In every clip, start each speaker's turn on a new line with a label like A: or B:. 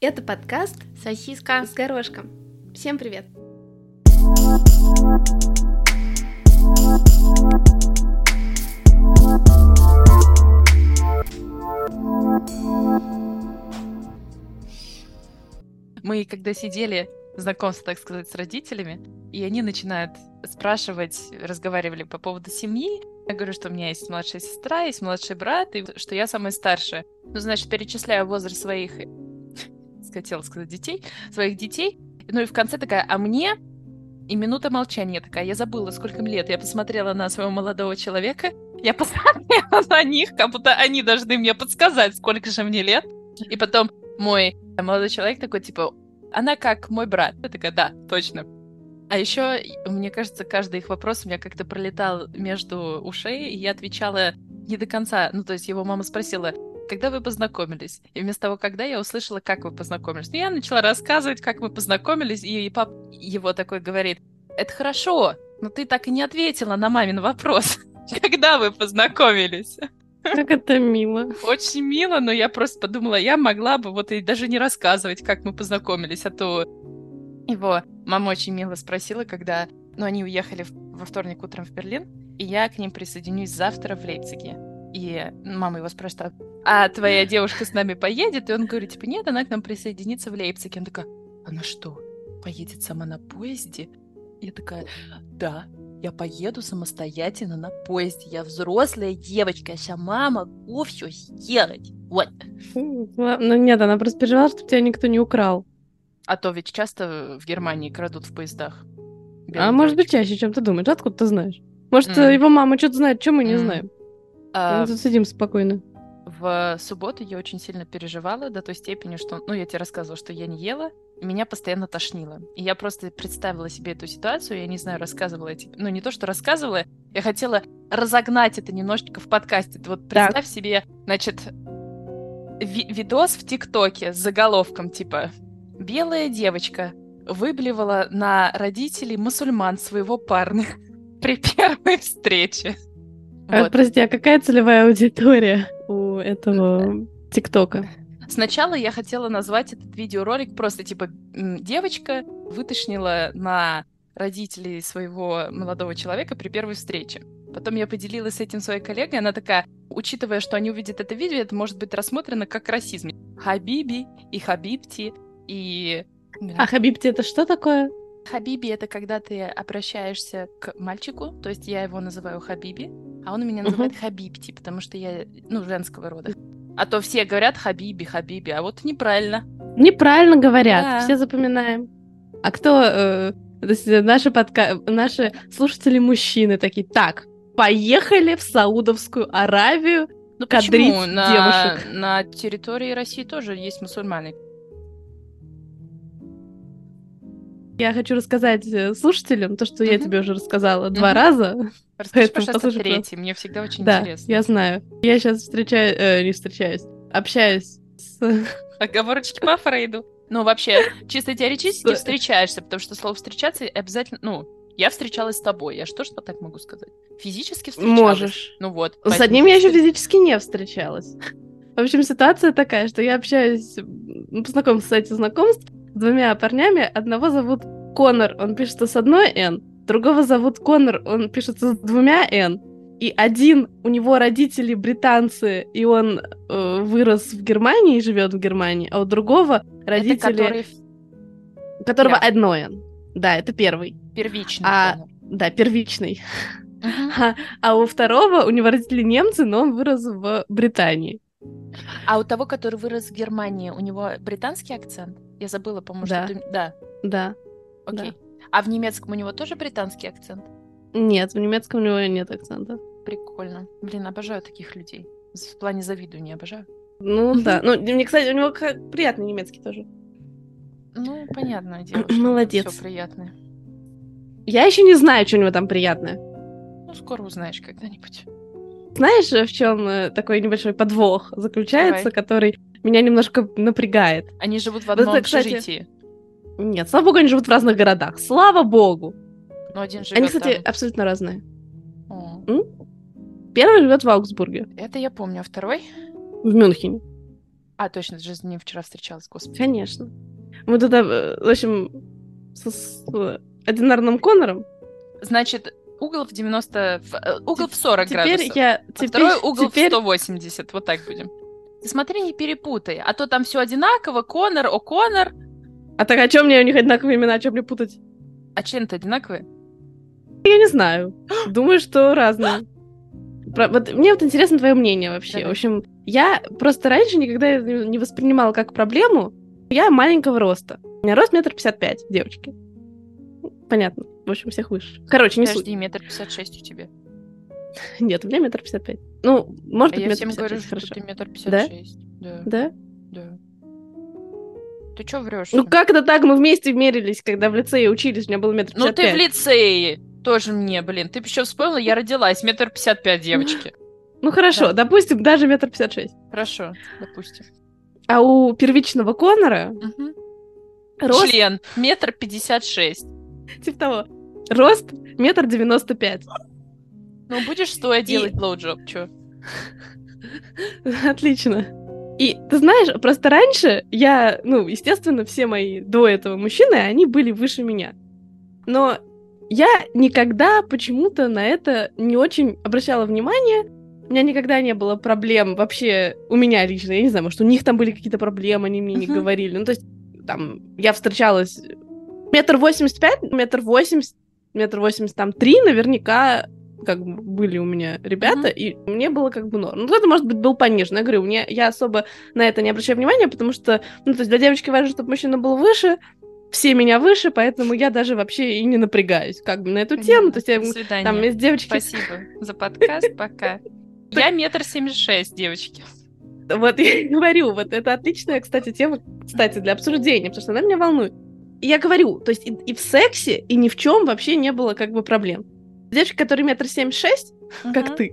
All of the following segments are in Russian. A: Это подкаст
B: Сосиска.
A: с горошком. Всем привет!
B: Мы когда сидели знакомство, так сказать, с родителями, и они начинают спрашивать, разговаривали по поводу семьи. Я говорю, что у меня есть младшая сестра, есть младший брат, и что я самая старшая. Ну, значит, перечисляю возраст своих, хотела сказать, детей, своих детей. Ну и в конце такая, а мне и минута молчания такая. Я забыла, сколько им лет. Я посмотрела на своего молодого человека. Я посмотрела на них, как будто они должны мне подсказать, сколько же мне лет. И потом мой молодой человек такой, типа, она как мой брат. Я такая, да, точно. А еще, мне кажется, каждый их вопрос у меня как-то пролетал между ушей, и я отвечала не до конца. Ну, то есть его мама спросила, когда вы познакомились? И вместо того, когда я услышала, как вы познакомились. Ну, я начала рассказывать, как мы познакомились, и, и пап его такой говорит, это хорошо, но ты так и не ответила на мамин вопрос. Когда вы познакомились?
A: Как это мило.
B: Очень мило, но я просто подумала, я могла бы вот и даже не рассказывать, как мы познакомились, а то его мама очень мило спросила, когда... Ну, они уехали в- во вторник утром в Берлин, и я к ним присоединюсь завтра в Лейпциге. И мама его спрашивает, а твоя девушка с нами поедет? И он говорит, типа, нет, она к нам присоединится в Лейпциге. Она такая, она что, поедет сама на поезде? Я такая, да, я поеду самостоятельно на поезде. Я взрослая девочка, я сама могу все сделать. Вот.
C: Фу, гла- Ну нет, она просто переживала, чтобы тебя никто не украл.
B: А то ведь часто в Германии крадут в поездах.
C: а может быть чаще, чем ты думаешь. Откуда ты знаешь? Может,
B: М.
C: э, его мама что-то знает, что мы не
B: М.
C: знаем.
B: А,
C: Мы тут сидим спокойно.
B: в субботу я очень сильно переживала до той степени, что, ну, я тебе рассказывала, что я не ела, и меня постоянно тошнило. И я просто представила себе эту ситуацию, я не знаю, рассказывала я тебе, ну, не то, что рассказывала, я хотела разогнать это немножечко в подкасте. Ты Вот
C: Так.
B: представь себе, значит, ви- видос в ТикТоке с заголовком, типа, «Белая девочка выблевала на родителей мусульман своего парня при первой встрече».
C: А,
B: Вот.
C: прости, а какая целевая аудитория у этого ТикТока?
B: Сначала я хотела назвать этот видеоролик просто типа м, девочка вытошнила на родителей своего молодого человека при первой встрече. Потом я поделилась с этим своей коллегой, она такая, учитывая, что они увидят это видео, это может быть рассмотрено как расизм. Хабиби и хабибти и...
C: А Хабибти это что такое?
B: Хабиби — это когда ты обращаешься к мальчику, то есть я его называю Хабиби, а он меня называет Хабибти, потому что я, ну, женского рода. А то все говорят Хабиби, Хабиби, а вот неправильно.
C: Неправильно говорят,
B: Да.
C: все запоминаем. А кто... э, то есть наши, подка... наши слушатели мужчины такие, так, поехали в Саудовскую Аравию.
B: Ну
C: кадрить
B: почему? На,
C: девушек.
B: на территории России тоже есть мусульмане.
C: Я хочу рассказать э, слушателям то, что я
B: Мгм.
C: тебе уже рассказала два
B: Мгм.
C: раза.
B: Расскажи,
C: Поэтому
B: пожалуйста,
C: послушай,
B: третий. Мне всегда очень
C: Да,
B: интересно.
C: я знаю. Я сейчас встречаю, э, не встречаюсь, общаюсь с...
B: Оговорочки по Фрейду. Ну, вообще, чисто теоретически
C: С-
B: встречаешься, потому что слово встречаться обязательно. Ну, я встречалась с тобой. Я что ж так могу сказать? Физически встречалась. Ну вот.
C: С
B: поэтому
C: одним я еще
B: физически-
C: физически не встречалась. В общем, ситуация такая, что я общаюсь, м, ну, познакомилась в сайте знакомств с двумя парнями. Одного зовут Конор, он пишется с одной «Н», другого зовут Конор, он пишется с двумя «Н». И один, у него родители британцы, и он э, вырос в Германии и живет в Германии, а у другого
B: Это
C: родители,
B: который
C: у которого
B: Я.
C: одно «Н». Да, это первый.
B: первичный.
C: А-
B: понял.
C: Да, первичный.
B: Мгм.
C: А, а у второго у него родители немцы, но он вырос в Британии.
B: А у того, который вырос в Германии, у него британский акцент? Я забыла, по-моему,
C: Да.
B: что ты... Да,
C: Да.
B: окей. А в немецком у него тоже британский акцент?
C: Нет, в немецком у него нет акцента.
B: Прикольно. Блин, обожаю таких людей. З- В плане завидую не обожаю.
C: Ну
B: Мгм.
C: да. Ну, мне, кстати, у него ка- приятный немецкий тоже.
B: Ну, понятное дело.
C: Молодец.
B: Все приятное.
C: Я еще не знаю, что у него там приятное.
B: Ну, скоро узнаешь когда-нибудь.
C: Знаешь, в чем такой небольшой подвох заключается,
B: Давай.
C: который меня немножко напрягает?
B: Они
D: Ну,
B: живут в
C: Вот это,
B: одном
C: кстати,
B: общежитии.
C: Нет, слава богу, они живут в разных городах. Слава богу.
B: Но один живет
C: Они, кстати,
B: там.
C: абсолютно разные.
B: О,
C: Первый живет в Аугсбурге,
B: Это я помню. А второй?
C: в Мюнхене.
B: А, точно, ты же с ним вчера встречалась, господи.
D: Конечно. Мы туда, э, в общем, с, с одинарным Конором.
B: Значит, угол в 90... в- э, Угол в 40
D: Теперь
B: градусов.
D: я...
B: а
D: Теперь,
B: второй угол
D: теперь-
B: в 180. Вот так будем. Ты Смотри, не перепутай. А то там все одинаково. Конор, о Конор.
D: А так о чем мне у них одинаковые имена, о чем мне путать?
B: А члены-то одинаковые?
D: Я не знаю. Думаю, что разные. Про- вот мне вот интересно твое мнение вообще.
B: Давай.
D: В общем, я просто раньше никогда это не не воспринимала как проблему. Я маленького роста. У меня рост метр пятьдесят пять, девочки. Ну, Понятно. В общем, всех выше. Короче, не суть.
B: Подожди, метр пятьдесят шесть у тебя.
D: Нет, у меня метр пятьдесят пять. Ну, может
B: А
D: быть,
B: я
D: метр
B: всем
D: пятьдесят
B: говорю,
D: шесть,
B: что
D: хорошо.
B: ты метр пятьдесят шесть. Да,
D: Да?
B: да. Ты чё врешь?
D: Ну как это так? Мы вместе мерились, когда в лицее учились. У меня был метр
B: Ну
D: пятьдесят
B: ты в
D: пять.
B: лицее. Тоже мне, блин. Ты еще вспомнила, я родилась. Метр пятьдесят пять, девочки.
D: Ну хорошо, допустим, даже метр пятьдесят шесть.
B: Хорошо, допустим.
D: А у первичного Конора
B: Мгм.
D: рост
B: Член. Метр пятьдесят шесть.
D: типа того. Рост метр девяносто пять.
B: Ну, будешь стоя делать блоуджоп, чё?
D: Отлично. И ты знаешь, просто раньше я, ну, естественно, все мои до этого мужчины, они были выше меня. Но я никогда почему-то на это не очень обращала внимание. У меня никогда не было проблем вообще у меня лично. Я не знаю, может, у них там были какие-то проблемы, они мне не
B: Мгм.
D: говорили. Ну, то есть, там, я встречалась метр восемьдесят пять, метр восемьдесят, метр восемьдесят там три наверняка как бы были у меня ребята, и мне было как бы норм. Ну, кто-то, может быть, был понижен. Я говорю, мне, я особо на это не обращаю внимания, потому что, ну, то есть для девочки важно, чтобы мужчина был выше, все меня выше, поэтому я даже вообще и не напрягаюсь как бы на эту тему. То есть я
B: До
D: ему-
B: свидания.
D: там из девочки...
B: Спасибо за подкаст, пока. Я метр семьдесят шесть, девочки.
D: Вот я и говорю, вот это отличная, кстати, тема, кстати, для обсуждения, потому что она меня волнует. И я говорю, то есть и, и в сексе, и ни в чем вообще не было как бы проблем. Девочки, которые метр семь шесть, как
B: Мгм.
D: ты.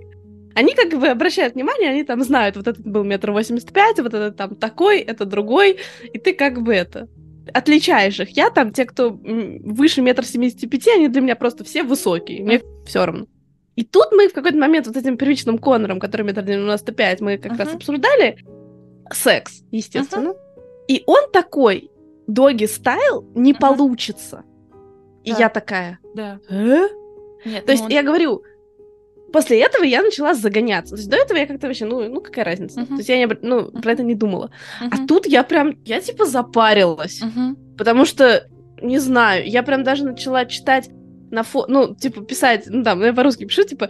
D: Они как бы обращают внимание, они там знают, вот этот был метр восемьдесят пять, вот этот там такой, это другой, и ты как бы это отличаешь их. Я там, те, кто м, выше метр семидесяти пяти, они для меня просто все высокие, мне все равно. И тут мы в какой-то момент вот этим первичным Конором, который метр девяносто пять, мы как раз
B: Мгм.
D: обсуждали секс, естественно. И он такой, доги стайл не
B: Мгм.
D: получится. И
B: Да.
D: я такая,
B: Да.
D: «Э?»
B: Нет,
D: То есть
B: ну,
D: я говорю, после этого я начала загоняться. То есть до этого я как-то вообще, ну, ну какая разница.
B: Мгм.
D: То есть я не, обр- ну,
B: Мгм.
D: про это не думала.
B: мгм,
D: А тут я прям, я типа запарилась,
B: мгм.
D: потому что, не знаю, я прям даже начала читать на фо... ну, типа писать, ну, там, я по-русски пишу, типа,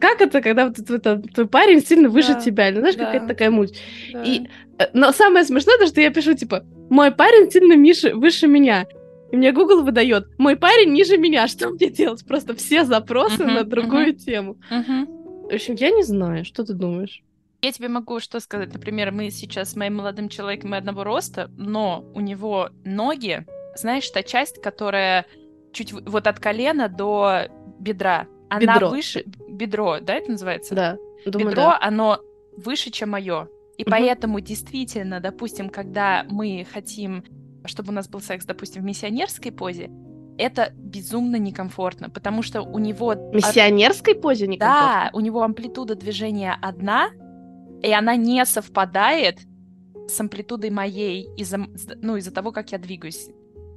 D: как это, когда вот этот- там твой парень сильно выше
B: Да,
D: тебя, или знаешь,
B: да.
D: какая-то такая муть.
B: Да.
D: И, э, Но самое смешное, то, что я пишу, типа, мой парень сильно Миша, выше меня. И мне Google выдает, мой парень ниже меня, что мне делать? Просто все запросы
B: Мгм,
D: на другую
B: мгм.
D: тему.
B: Мгм.
D: В общем, я не знаю, что ты думаешь?
B: Я тебе могу что сказать. Например, мы сейчас с моим молодым человеком мы одного роста, но у него ноги, знаешь, та часть, которая чуть вы- вот от колена до бедра. Она
D: Бедро.
B: выше... Бедро, да, это называется?
D: Да, думаю,
B: бедро,
D: да.
B: оно выше, чем мое. И
D: Мгм.
B: поэтому действительно, допустим, когда мы хотим, чтобы у нас был секс, допустим, в миссионерской позе, это безумно некомфортно, потому что у него...
D: В Миссионерской позе никогда.
B: Да, у него амплитуда движения одна, и она не совпадает с амплитудой моей из-за, м- с- ну, из-за того, как я двигаюсь.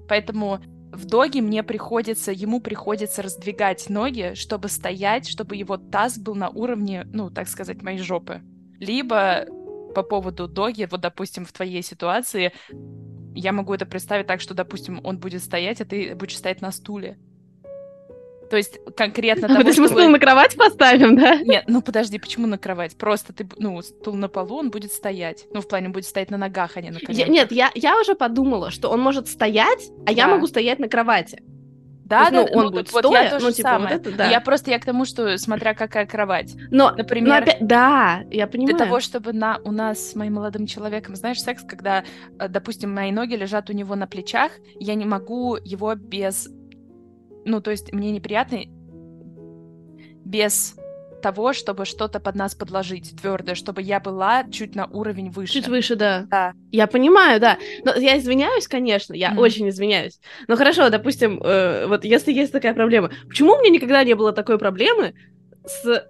B: Поэтому в доге мне приходится, ему приходится раздвигать ноги, чтобы стоять, чтобы его таз был на уровне, ну, так сказать, моей жопы. Либо по поводу доги, вот, допустим, в твоей ситуации, я могу это представить так, что, допустим, он будет стоять, а ты будешь стоять на стуле. То есть конкретно
D: А вот
B: того,
D: если мы
B: чтобы-
D: стул на кровать поставим, да?
B: нет, ну подожди, почему на кровать? Просто ты, б- ну, стул на полу, он будет стоять. Ну, в плане, он будет стоять на ногах, а не на
D: Я-
B: коленях.
D: нет, я, я уже подумала, что он может стоять, а я
B: Да.
D: могу стоять на кровати.
B: да,
D: То есть, ну,
B: да,
D: он
B: вот-
D: будет
B: вот
D: стоя,
B: я тоже
D: ну, типа,
B: самое.
D: вот это, да.
B: Я просто, я к тому, что смотря какая кровать.
D: Но,
B: Например,
D: но опять- да, я понимаю.
B: Для того, чтобы на, у нас с моим молодым человеком, знаешь, секс, когда, э, допустим, мои ноги лежат у него на плечах, я не могу его без... Ну, то есть мне неприятно без того, чтобы что-то под нас подложить твердое, чтобы я была чуть на уровень выше.
D: Чуть выше, да.
B: Да.
D: Я понимаю, да. Но я извиняюсь, конечно, я
B: Мгм.
D: очень извиняюсь. Но хорошо, допустим, э, вот если есть такая проблема, почему у меня никогда не было такой проблемы с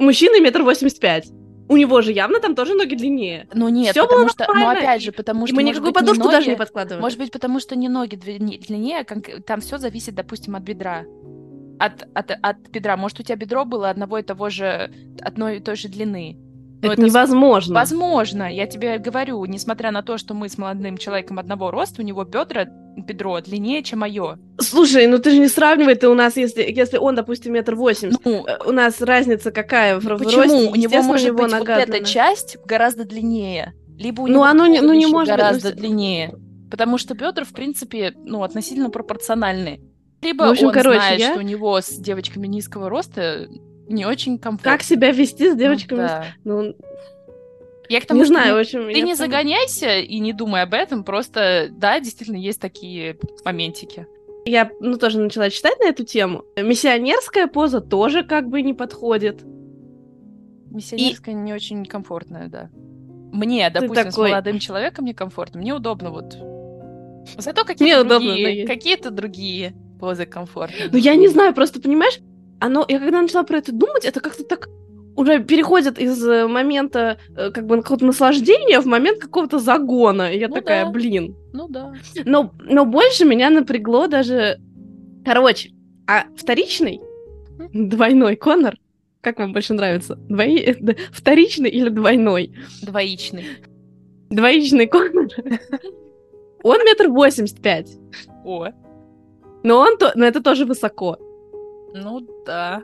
D: мужчиной метр восемьдесят пять? У него же явно там тоже ноги длиннее.
B: Ну нет,
D: Всё было
B: потому что, ну
D: нормально,
B: опять же, потому
D: И
B: что
D: мы
B: может
D: никакую
B: быть, не
D: подушку даже не
B: ноги-
D: подкладывали.
B: Может быть, потому что не ноги дли- длиннее, а конк- там все зависит, допустим, от бедра. От, от, от бедра. Может, у тебя бедро было одного и того же, одной и той же длины. Но
D: это,
B: ну, это с-
D: невозможно.
B: Возможно, я тебе говорю, несмотря на то, что мы с молодым человеком одного роста, у него бедра, бедро длиннее, чем мое.
D: Слушай, ну ты же не сравнивай, ты у нас, если, если он, допустим, метр восемьдесят,
B: Ну,
D: э, у нас разница какая в, в
B: почему?
D: росте,
B: у него
D: естественно,
B: может
D: его
B: быть
D: нога
B: вот эта
D: длинна.
B: часть гораздо длиннее. Либо у
D: Ну,
B: него
D: оно не- ну, не
B: туловище
D: может быть, ну,
B: гораздо
D: с-
B: длиннее. Потому что бедра, в принципе, ну, относительно пропорциональны. Либо
D: В общем,
B: он
D: короче,
B: знает,
D: я-
B: что у него с девочками низкого роста не очень комфортно.
D: Как себя вести с
B: Ну
D: девочками?
B: да.
D: Ну,
B: Я к тому,
D: не
B: что
D: знаю,
B: не-
D: в общем...
B: Ты
D: я
B: не
D: поняла.
B: загоняйся и не думай об этом, просто, да, действительно, есть такие моментики.
D: Я, ну, тоже начала читать на эту тему. Миссионерская поза тоже как бы не подходит.
B: Миссионерская не очень комфортная, да. Мне, допустим,
D: такой-
B: с молодым человеком некомфортно, мне удобно вот. Зато какие-то
D: Мне удобно, но
B: другие,
D: есть.
B: какие-то другие позы комфортные.
D: Ну, я не знаю, просто, понимаешь, оно... Я когда начала про это думать, это как-то так уже переходит из э, момента э, как бы какого-то наслаждения в момент какого-то загона. И я
B: Ну
D: такая,
B: да.
D: блин,
B: Ну да.
D: Но, но больше меня напрягло даже... Короче, а вторичный? Двойной Конор? Как вам больше нравится? Двои... д- Вторичный или двойной?
B: Двоичный.
D: Двоичный Конор. Он метр восемьдесят пять.
B: О,
D: Но, он то... но это тоже высоко.
B: ну да.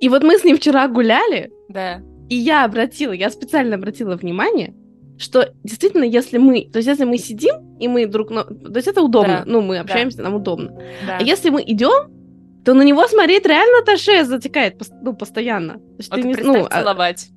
D: И вот мы с ним вчера гуляли,
B: Да.
D: и я обратила, я специально обратила внимание, что действительно, если мы, то есть если мы сидим, и мы друг, на- то есть это
B: Да.
D: удобно, ну, мы общаемся, нам удобно.
B: да.
D: А если мы идем, то на него смотреть реально та шея затекает пос- ну, постоянно. То есть
B: Вот
D: ты не-
B: представь
D: ну, а,
B: целовать.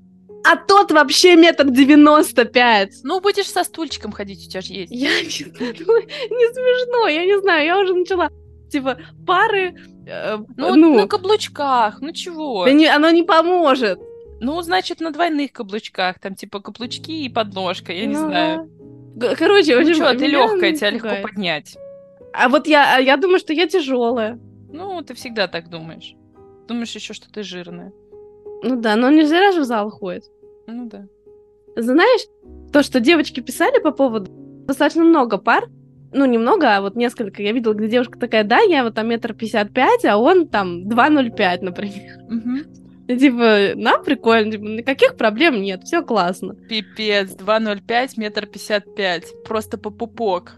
D: а тот вообще метр девяносто пять.
B: Ну, будешь со стульчиком ходить, у тебя же есть.
D: Я не знаю, не смешно, я не знаю, я уже начала. Типа, пары, э,
B: Ну,
D: ну,
B: на каблучках, ну чего?
D: да не- оно не поможет.
B: Ну, значит, на двойных каблучках, там типа каблучки и подножка, я не
D: Ну,
B: знаю.
D: да. Г- Короче, в
B: Ну
D: общем,
B: чё, ты
D: меня
B: легкая, тебя
D: напугает.
B: легко поднять.
D: А вот я, а я думаю, что я тяжелая.
B: Ну, ты всегда так думаешь. Думаешь еще, что ты жирная.
D: Ну да, но он не зря же в зал ходит.
B: Ну да.
D: Знаешь, то, что девочки писали по поводу... Достаточно много пар, ну, немного, а вот несколько. Я видела, где девушка такая, да, я вот там метр пятьдесят пять, а он там 2,05, например.
B: Мгм.
D: И типа, нам прикольно, типа, никаких проблем нет, все классно.
B: Пипец, 2,05, метр пятьдесят пять. Просто по пупок.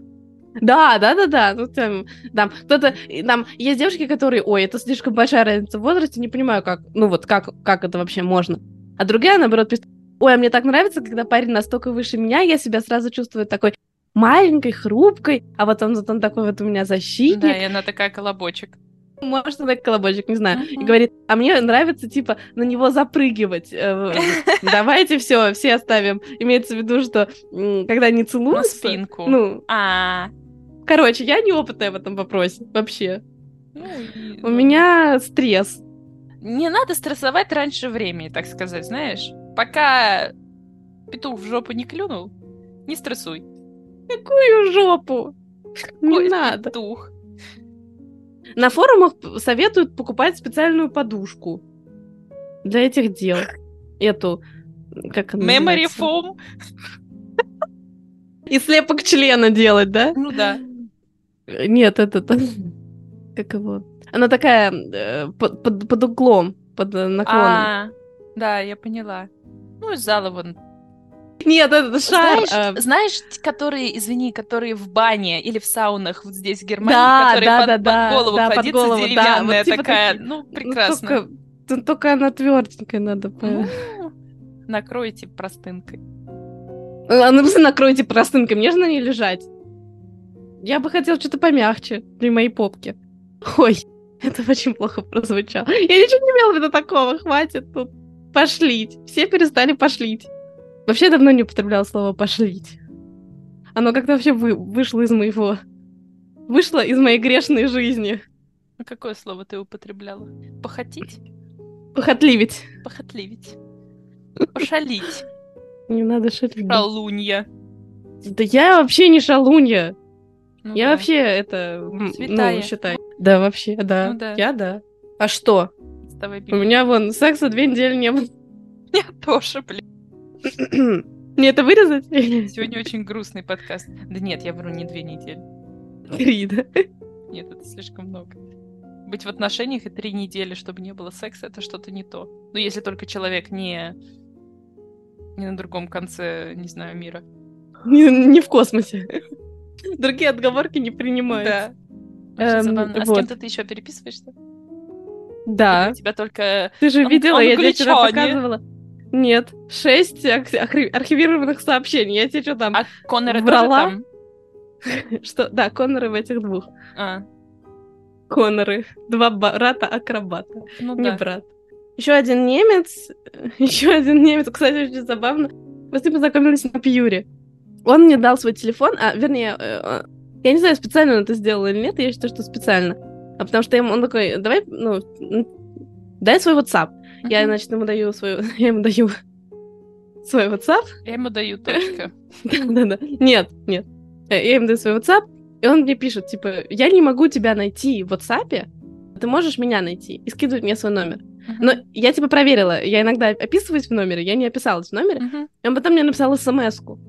D: Да, да, да, да, ну там, там кто-то, и там есть девушки, которые, ой, это слишком большая разница в возрасте, не понимаю, как, ну вот как, как это вообще можно. А другая, наоборот, пишет, ой, а мне так нравится, когда парень настолько выше меня, я себя сразу чувствую такой маленькой, хрупкой, а вот он, зато он такой вот у меня защитник,
B: Да, и она такая колобочек.
D: может, она колобочек, не знаю, и
B: Мгм.
D: говорит, а мне нравится, типа, на него запрыгивать. Э, в- Давайте все, все оставим. Имеется в виду, что м, когда они
B: На
D: целуются,
B: спинку.
D: ну,
B: А.
D: короче, я неопытная в этом вопросе вообще.
B: ну и-
D: У меня стресс.
B: Не надо стрессовать раньше времени, так сказать, знаешь. Пока петух в жопу не клюнул, не стрессуй.
D: Какую жопу? Не
B: Ой,
D: надо.
B: Петух.
D: На форумах п- советуют покупать специальную подушку для этих дел. Эту, как она
B: Memory
D: называется?
B: foam.
D: И слепок члена делать, да?
B: Ну да.
D: Э, Нет, этот... Как его? Она такая э, под, под- под углом, под э, наклоном.
B: А, да, я поняла. Ну, из зала вон
D: Нет, этот шар.
B: Знаешь,
D: э,
B: знаешь, т- которые, извини, которые в бане или в саунах вот здесь в Германии,
D: Да,
B: которые
D: да,
B: под,
D: да,
B: под
D: да,
B: голову
D: да, под
B: кладется
D: голову, да, вот
B: деревянная
D: типа
B: такая,
D: такие.
B: ну,
D: ну,
B: прекрасно.
D: только- тут только она тверденькая надо. по-
B: Ну, накройте простынкой.
D: А ну просто накройте простынкой, мне же на ней лежать. Я бы хотела что-то помягче для моей попки. Ой, это очень плохо прозвучало. Я ничего не имела в виду такого, хватит тут пошлить. Все перестали пошлить. Вообще я давно не употребляла слово пошлить. Оно как-то вообще вы- вышло из моего... Вышло из моей грешной жизни.
B: Ну, какое слово ты употребляла? Похотить?
D: Похотливить.
B: Похотливить? Пошалить?
D: Не надо шалить.
B: Шалунья?
D: Да я вообще не шалунья.
B: Ну
D: я
B: да.
D: вообще это, м, ну,
B: Святая.
D: считай. Да, вообще, да.
B: Ну да.
D: Я да. А что?
B: С тобой
D: У
B: пи-
D: меня вон секса две недели не было.
B: Я тоже, блин.
D: Мне это вырезать? Или
B: Сегодня очень грустный подкаст. Да нет, я вру, не две недели.
D: три, да?
B: Нет, это слишком много. Быть в отношениях и три недели, чтобы не было секса, это что-то не то. Ну, если только человек не... Не на другом конце, не знаю, мира.
D: Не, не в космосе. Другие отговорки не принимаются.
B: Да. Очень
D: Эм,
B: забавно. А с
D: вот.
B: кем-то ты еще переписываешься?
D: Да.
B: У тебя только...
D: Ты же
B: Он-
D: видела,
B: он
D: я тебе вчера
B: англичанин.
D: показывала. Нет, шесть ак- ахри- архивированных сообщений. Я тебе что там?
B: А Коннора
D: Врала?
B: тоже
D: Что? Да, Коноры в этих двух.
B: там? А,
D: Коноры. Два брата-акробата.
B: ну
D: Не
B: да.
D: брат. Еще один немец. Еще один немец. Кстати, очень забавно. Мы с ним познакомились на Пьюре. Он мне дал свой телефон, а, вернее, э, э, я не знаю, специально он это сделал или нет, я считаю, что специально. А потому что я ему- он такой, давай, ну, м, дай свой WhatsApp. Я,
B: Мгм.
D: значит, ему даю свою, я ему даю свой WhatsApp.
B: Я ему даю точка.
D: Да-да-да. Нет, нет. Э, Я ему даю свой WhatsApp, и он мне пишет, типа, я не могу тебя найти в WhatsApp, ты можешь меня найти и скидывает мне свой номер. Но я типа проверила, я иногда описываюсь в номере, я не описалась в номере,
B: Мгм.
D: и он потом мне написал смс-ку.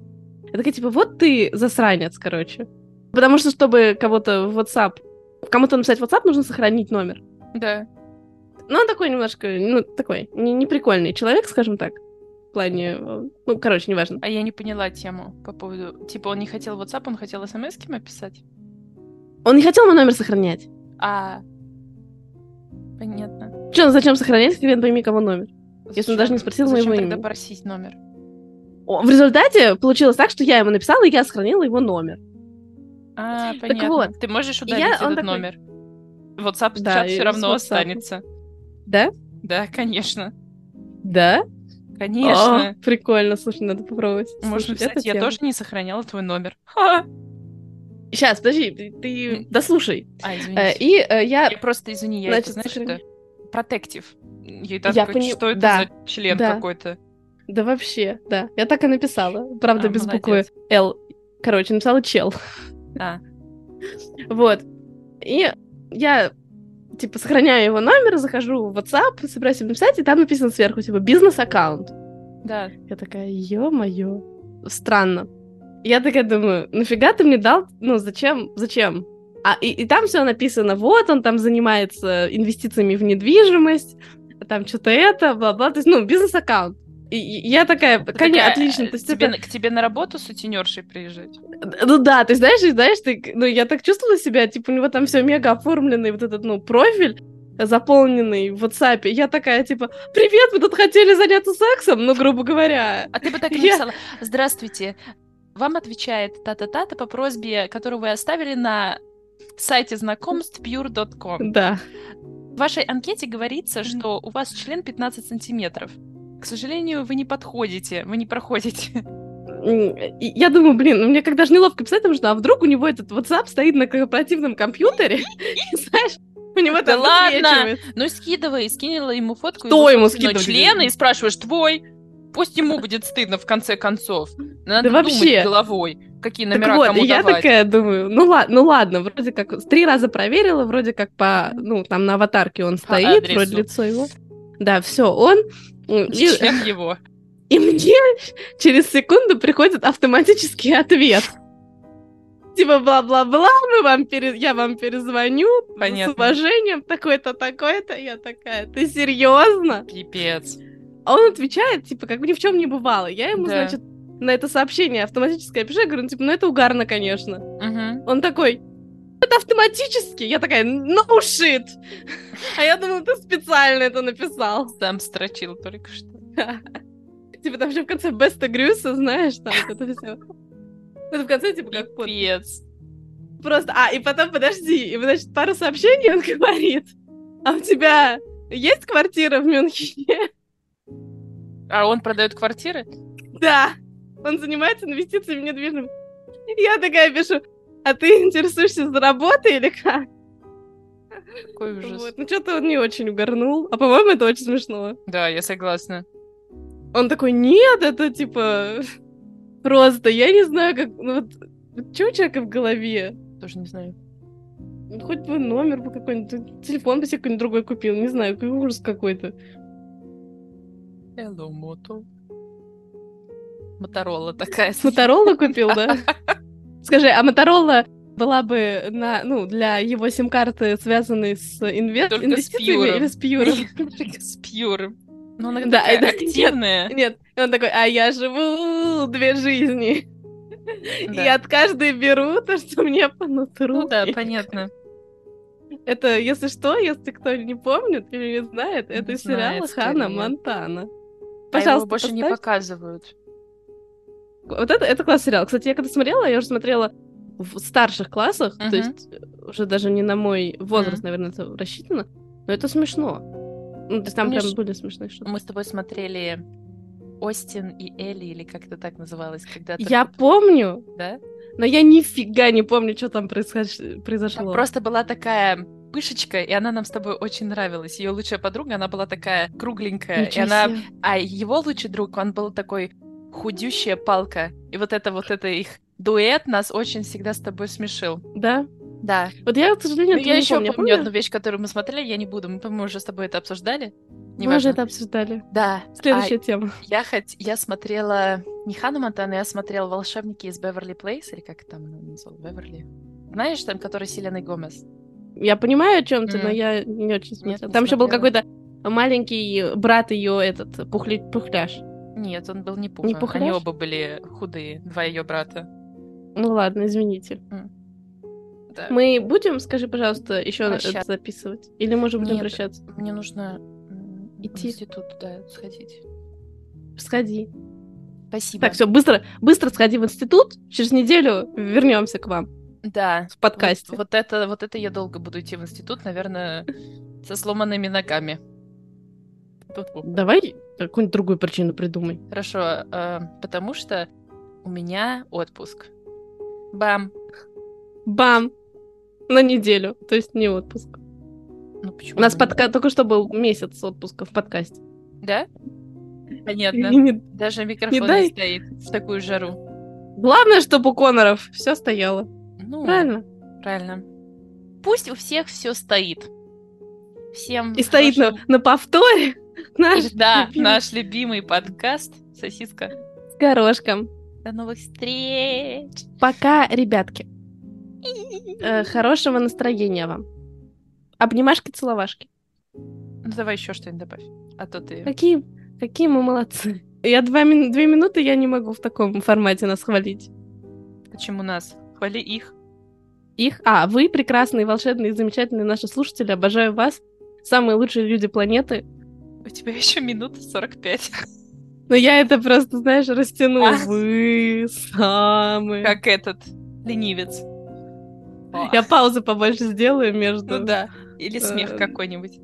D: Я такая, типа, вот ты засранец, короче. Потому что, чтобы кого-то в WhatsApp, кому-то написать в WhatsApp, нужно сохранить номер.
B: Да.
D: Ну, он такой немножко, ну, такой, не- неприкольный человек, скажем так. В плане, э, ну, короче, неважно.
B: А я не поняла тему по поводу... Типа он не хотел WhatsApp, он хотел смс кем описать?
D: Он не хотел мой номер сохранять.
B: А... Понятно.
D: Че, ну зачем сохранять, если хрен пойми, кого номер? Если он даже
B: Зачем-
D: не спросил моего
B: Зачем тогда
D: имени?
B: просить номер?
D: О, В результате получилось так, что я ему написала, и я сохранила его номер.
B: А, понятно.
D: вот,
B: Ты можешь
D: я-
B: удалить этот
D: он такой-
B: номер. WhatsApp
D: Да,
B: чат
D: и
B: все
D: с
B: равно
D: WhatsApp.
B: останется.
D: Да?
B: Да, конечно.
D: Да?
B: Конечно.
D: О, прикольно, слушай, надо попробовать.
B: Можно
D: Слушай, это
B: писать, я
D: тема. А,
B: тоже не сохраняла твой номер. Ха!
D: Сейчас, подожди, ты, ты дослушай.
B: А, извини.
D: Э, И э, я...
B: Я просто, извини, я
D: Значит,
B: это, знаешь,
D: сохраня-
B: это протектив. Я,
D: Я
B: такой,
D: пони-
B: что это
D: да,
B: за член
D: да.
B: какой-то?
D: Да вообще, да. Я так и написала. Правда,
B: А,
D: без
B: молодец.
D: буквы Л. Короче, написала чел.
B: А.
D: Вот. И я, типа, сохраняю его номер, захожу в WhatsApp, собираюсь ему написать, и там написано сверху, типа, бизнес-аккаунт.
B: Да.
D: Я такая, ё-моё. Странно. Я такая думаю, нафига ты мне дал? Ну, зачем? Зачем? А, и, и там все написано, вот он там занимается инвестициями в недвижимость, там что-то это, бла-бла. То есть, ну, бизнес-аккаунт. И, и я такая,
B: Ты
D: конечно,
B: такая,
D: отлично.
B: э,
D: То есть
B: тебе
D: это-
B: на- К тебе на работу сутенершей приезжать?
D: Ну да, ты знаешь, и знаешь, ты, ну, я так чувствовала себя, типа, у него там все мега оформленный вот этот, ну, профиль, заполненный в WhatsApp. И Я такая, типа, привет, мы тут хотели заняться сексом, ну, грубо говоря.
B: А ты бы так и
D: Я-
B: написала. Здравствуйте. Вам отвечает та-та-та-та по просьбе, которую вы оставили на сайте знакомств pure.com.
D: Да.
B: В вашей анкете говорится, что у вас член 15 сантиметров. К сожалению, вы не подходите, вы не проходите.
D: М, и Я думаю, блин, ну мне как даже неловко писать, потому что а вдруг у него этот WhatsApp стоит на корпоративном компьютере, и, знаешь, у него
B: Да
D: там
B: ладно!
D: высвечивается.
B: Ну, и скидывай, скинула ему фотку
D: Кто
B: его
D: ему
B: собственного
D: скидывать?
B: члена и спрашиваешь, твой? Пусть ему будет стыдно в конце концов. Надо
D: Да
B: думать
D: вообще.
B: головой, какие номера
D: Так вот,
B: кому
D: и я
B: давать.
D: такая думаю, ну ладно, ну ладно, вроде как с- три раза проверила, вроде как по, ну там на аватарке он стоит,
B: адресу.
D: вроде лицо его. Да, все, он. М, И,
B: Член его.
D: и мне через секунду приходит автоматический ответ. Типа бла-бла-бла, мы вам пере- я вам перезвоню,
B: Понятно.
D: Ну, с уважением, такой-то, такой-то. Я такая, ты серьезно?
B: Пипец.
D: А он отвечает, типа, как бы ни в чем не бывало. Я ему,
B: Да.
D: значит, на это сообщение автоматическое пишу, я говорю, ну, типа, ну это угарно, конечно.
B: Мгм.
D: Он такой, это автоматически. Я такая, no shit. А я думала, ты специально это написал.
B: Сам строчил только что.
D: Типа, там еще в конце Беста Грюса, знаешь, там вот это все. Это в конце, типа, как вот
B: Пипец.
D: Просто, а, и потом, подожди, и, значит, пару сообщений он говорит. А у тебя есть квартира в Мюнхене?
B: А он продает квартиры?
D: Да. Он занимается инвестициями в недвижимость. Я такая пишу, а ты интересуешься за работой или как?
B: Какой ужас.
D: Вот. Ну, что-то он не очень угорнул. А, по-моему, это очень смешно.
B: Да, я согласна.
D: Он такой, нет, это, типа, просто, я не знаю, как... Ну, вот, что у человека в голове?
B: Тоже не знаю.
D: Ну, Хоть бы номер бы какой-нибудь, телефон бы себе какой-нибудь другой купил, не знаю, какой ужас какой-то.
B: Hello, Moto. Моторола такая.
D: Моторолу купил, да? Скажи, а Моторола была бы на, ну, для его сим-карты, связанной с инве-
B: Только с
D: инвестициями или с пьюром?
B: С пьюром. Ну, она
D: Да,
B: такая
D: это-
B: активная.
D: Нет, и он такой, а я живу две жизни.
B: Да.
D: И от каждой беру то, что мне по нутру.
B: Ну да,
D: И
B: понятно.
D: Это, если что, если кто не помнит или не знает, это
B: Не
D: из сериала
B: знает,
D: Хана
B: скорее.
D: Монтана.
B: А его
D: Пожалуйста,
B: больше не
D: поставь.
B: показывают.
D: Вот это, это классный сериал. Кстати, я когда смотрела, я уже смотрела в старших классах,
B: Мгм.
D: то есть э, уже даже не на мой возраст,
B: Мгм.
D: наверное, это рассчитано, но это смешно. Ну, то есть там
B: Помнишь,
D: прям были смешные штуки.
B: Мы с тобой смотрели Остин и Элли, или как-то так называлось, когда
D: Я
B: только-
D: помню,
B: да?
D: но я нифига не помню, что там происходи-
B: Там
D: произошло.
B: просто была такая пышечка, и она нам с тобой очень нравилась. Ее лучшая подруга, она была такая кругленькая,
D: Ничего
B: и э, она,
D: себе.
B: а его лучший друг, он был такой худющая палка, и вот это вот это их дуэт нас очень всегда с тобой смешил.
D: Да.
B: Да.
D: Вот я, к сожалению,
B: Ну,
D: этого
B: я
D: не
B: еще
D: помню.
B: помню,
D: Я помню,
B: одну вещь, которую мы смотрели, я не буду, мы, по-моему, уже с тобой это обсуждали.
D: мы уже
B: Неважно.
D: это обсуждали.
B: Да.
D: Следующая
B: А,
D: тема.
B: Я, хот... я смотрела не Ханна Монтана, я смотрела «Волшебники из Беверли Плейс», или как там она называлась, Беверли. Знаешь, там, который с Селеной Гомес?
D: Я понимаю, о чем ты, но
B: М.
D: я не очень смотрела.
B: не
D: там еще был
B: смотрела.
D: какой-то маленький брат ее, этот, пухли... пухляш.
B: Нет, он был не пухлый. Они
D: пухляш?
B: оба были худые, два ее брата.
D: Ну ладно, извините.
B: Да.
D: Мы будем, скажи, пожалуйста, еще
B: Прощаться.
D: это записывать? Или мы уже будем
B: Нет.
D: прощаться?
B: Мне нужно м,
D: Идти.
B: в институт да, сходить.
D: Сходи.
B: Спасибо.
D: Так, все, быстро, быстро сходи в институт. Через неделю вернемся к вам
B: Да.
D: в подкасте.
B: Вот, вот это, вот это я долго буду идти в институт, наверное, со сломанными ногами. Пу-пу.
D: Давай какую-нибудь другую причину придумай.
B: Хорошо, э, потому что у меня отпуск. Бам.
D: Бам! На неделю. То есть не отпуск.
B: Ну, почему
D: У нас
B: бы нет?
D: подка... только что был месяц отпуска в подкасте.
B: Да?
D: И
B: Понятно.
D: не-
B: Даже микрофон
D: дай.
B: не стоит в такую жару.
D: Главное, чтобы у Коноров все стояло.
B: Ну,
D: Правильно?
B: правильно. Пусть у всех все стоит. Всем
D: И стоит на,
B: хорошего-
D: на повторе наш
B: Да,
D: любимый
B: наш любимый подкаст «Сосиска».
D: с горошком.
B: До новых встреч!
D: Пока, ребятки. Э, хорошего настроения вам. Обнимашки, целовашки.
B: Ну, давай еще что-нибудь добавь, а то ты...
D: Какие, какие мы молодцы. Я два мин- две минуты я не могу в таком формате нас хвалить.
B: Почему нас? Хвали их.
D: Их. А, вы прекрасные, волшебные, замечательные наши слушатели. Обожаю вас. Самые лучшие люди планеты.
B: У тебя еще минута 45.
D: Но я это просто, знаешь, растянула.
B: А.
D: Вы самые.
B: Как этот ленивец. О,
D: Я паузы побольше сделаю между...
B: Ну да. Или смех
D: Эм.
B: какой-нибудь.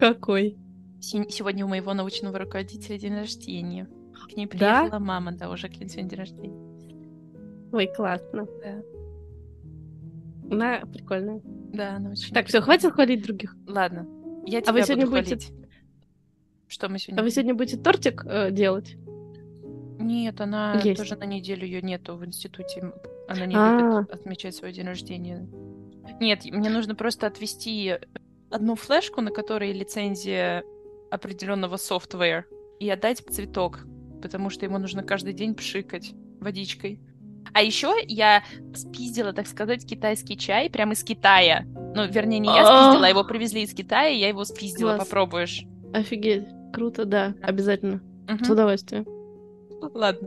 D: Какой?
B: Сень- Сегодня у моего научного руководителя день рождения. К ней
D: Да?
B: приехала мама, да, уже Жаклин сегодня день рождения.
D: Ой, классно.
B: Да.
D: Она прикольная.
B: Да, она очень...
D: Так,
B: любит.
D: все, хватит хвалить других.
B: Ладно, я тебя
D: вы сегодня
B: буду
D: будете-
B: хвалить. Что мы сегодня...
D: А вы
B: будем?
D: сегодня будете тортик э, делать?
B: Нет, она
D: Есть.
B: тоже на неделю ее нету в институте. Она не
D: А.
B: любит отмечать свой день рождения. Нет, мне нужно просто отвести одну флешку, на которой лицензия определенного софтвера, и отдать цветок, потому что ему нужно каждый день пшикать водичкой. А еще я спиздила, так сказать, китайский чай прямо из Китая. Ну, вернее, не я
D: А.
B: спиздила, а его привезли из Китая, я его спиздила,
D: Класс.
B: попробуешь.
D: Офигеть. Круто, да. Обязательно.
B: Мгм.
D: С удовольствием.
B: Ладно.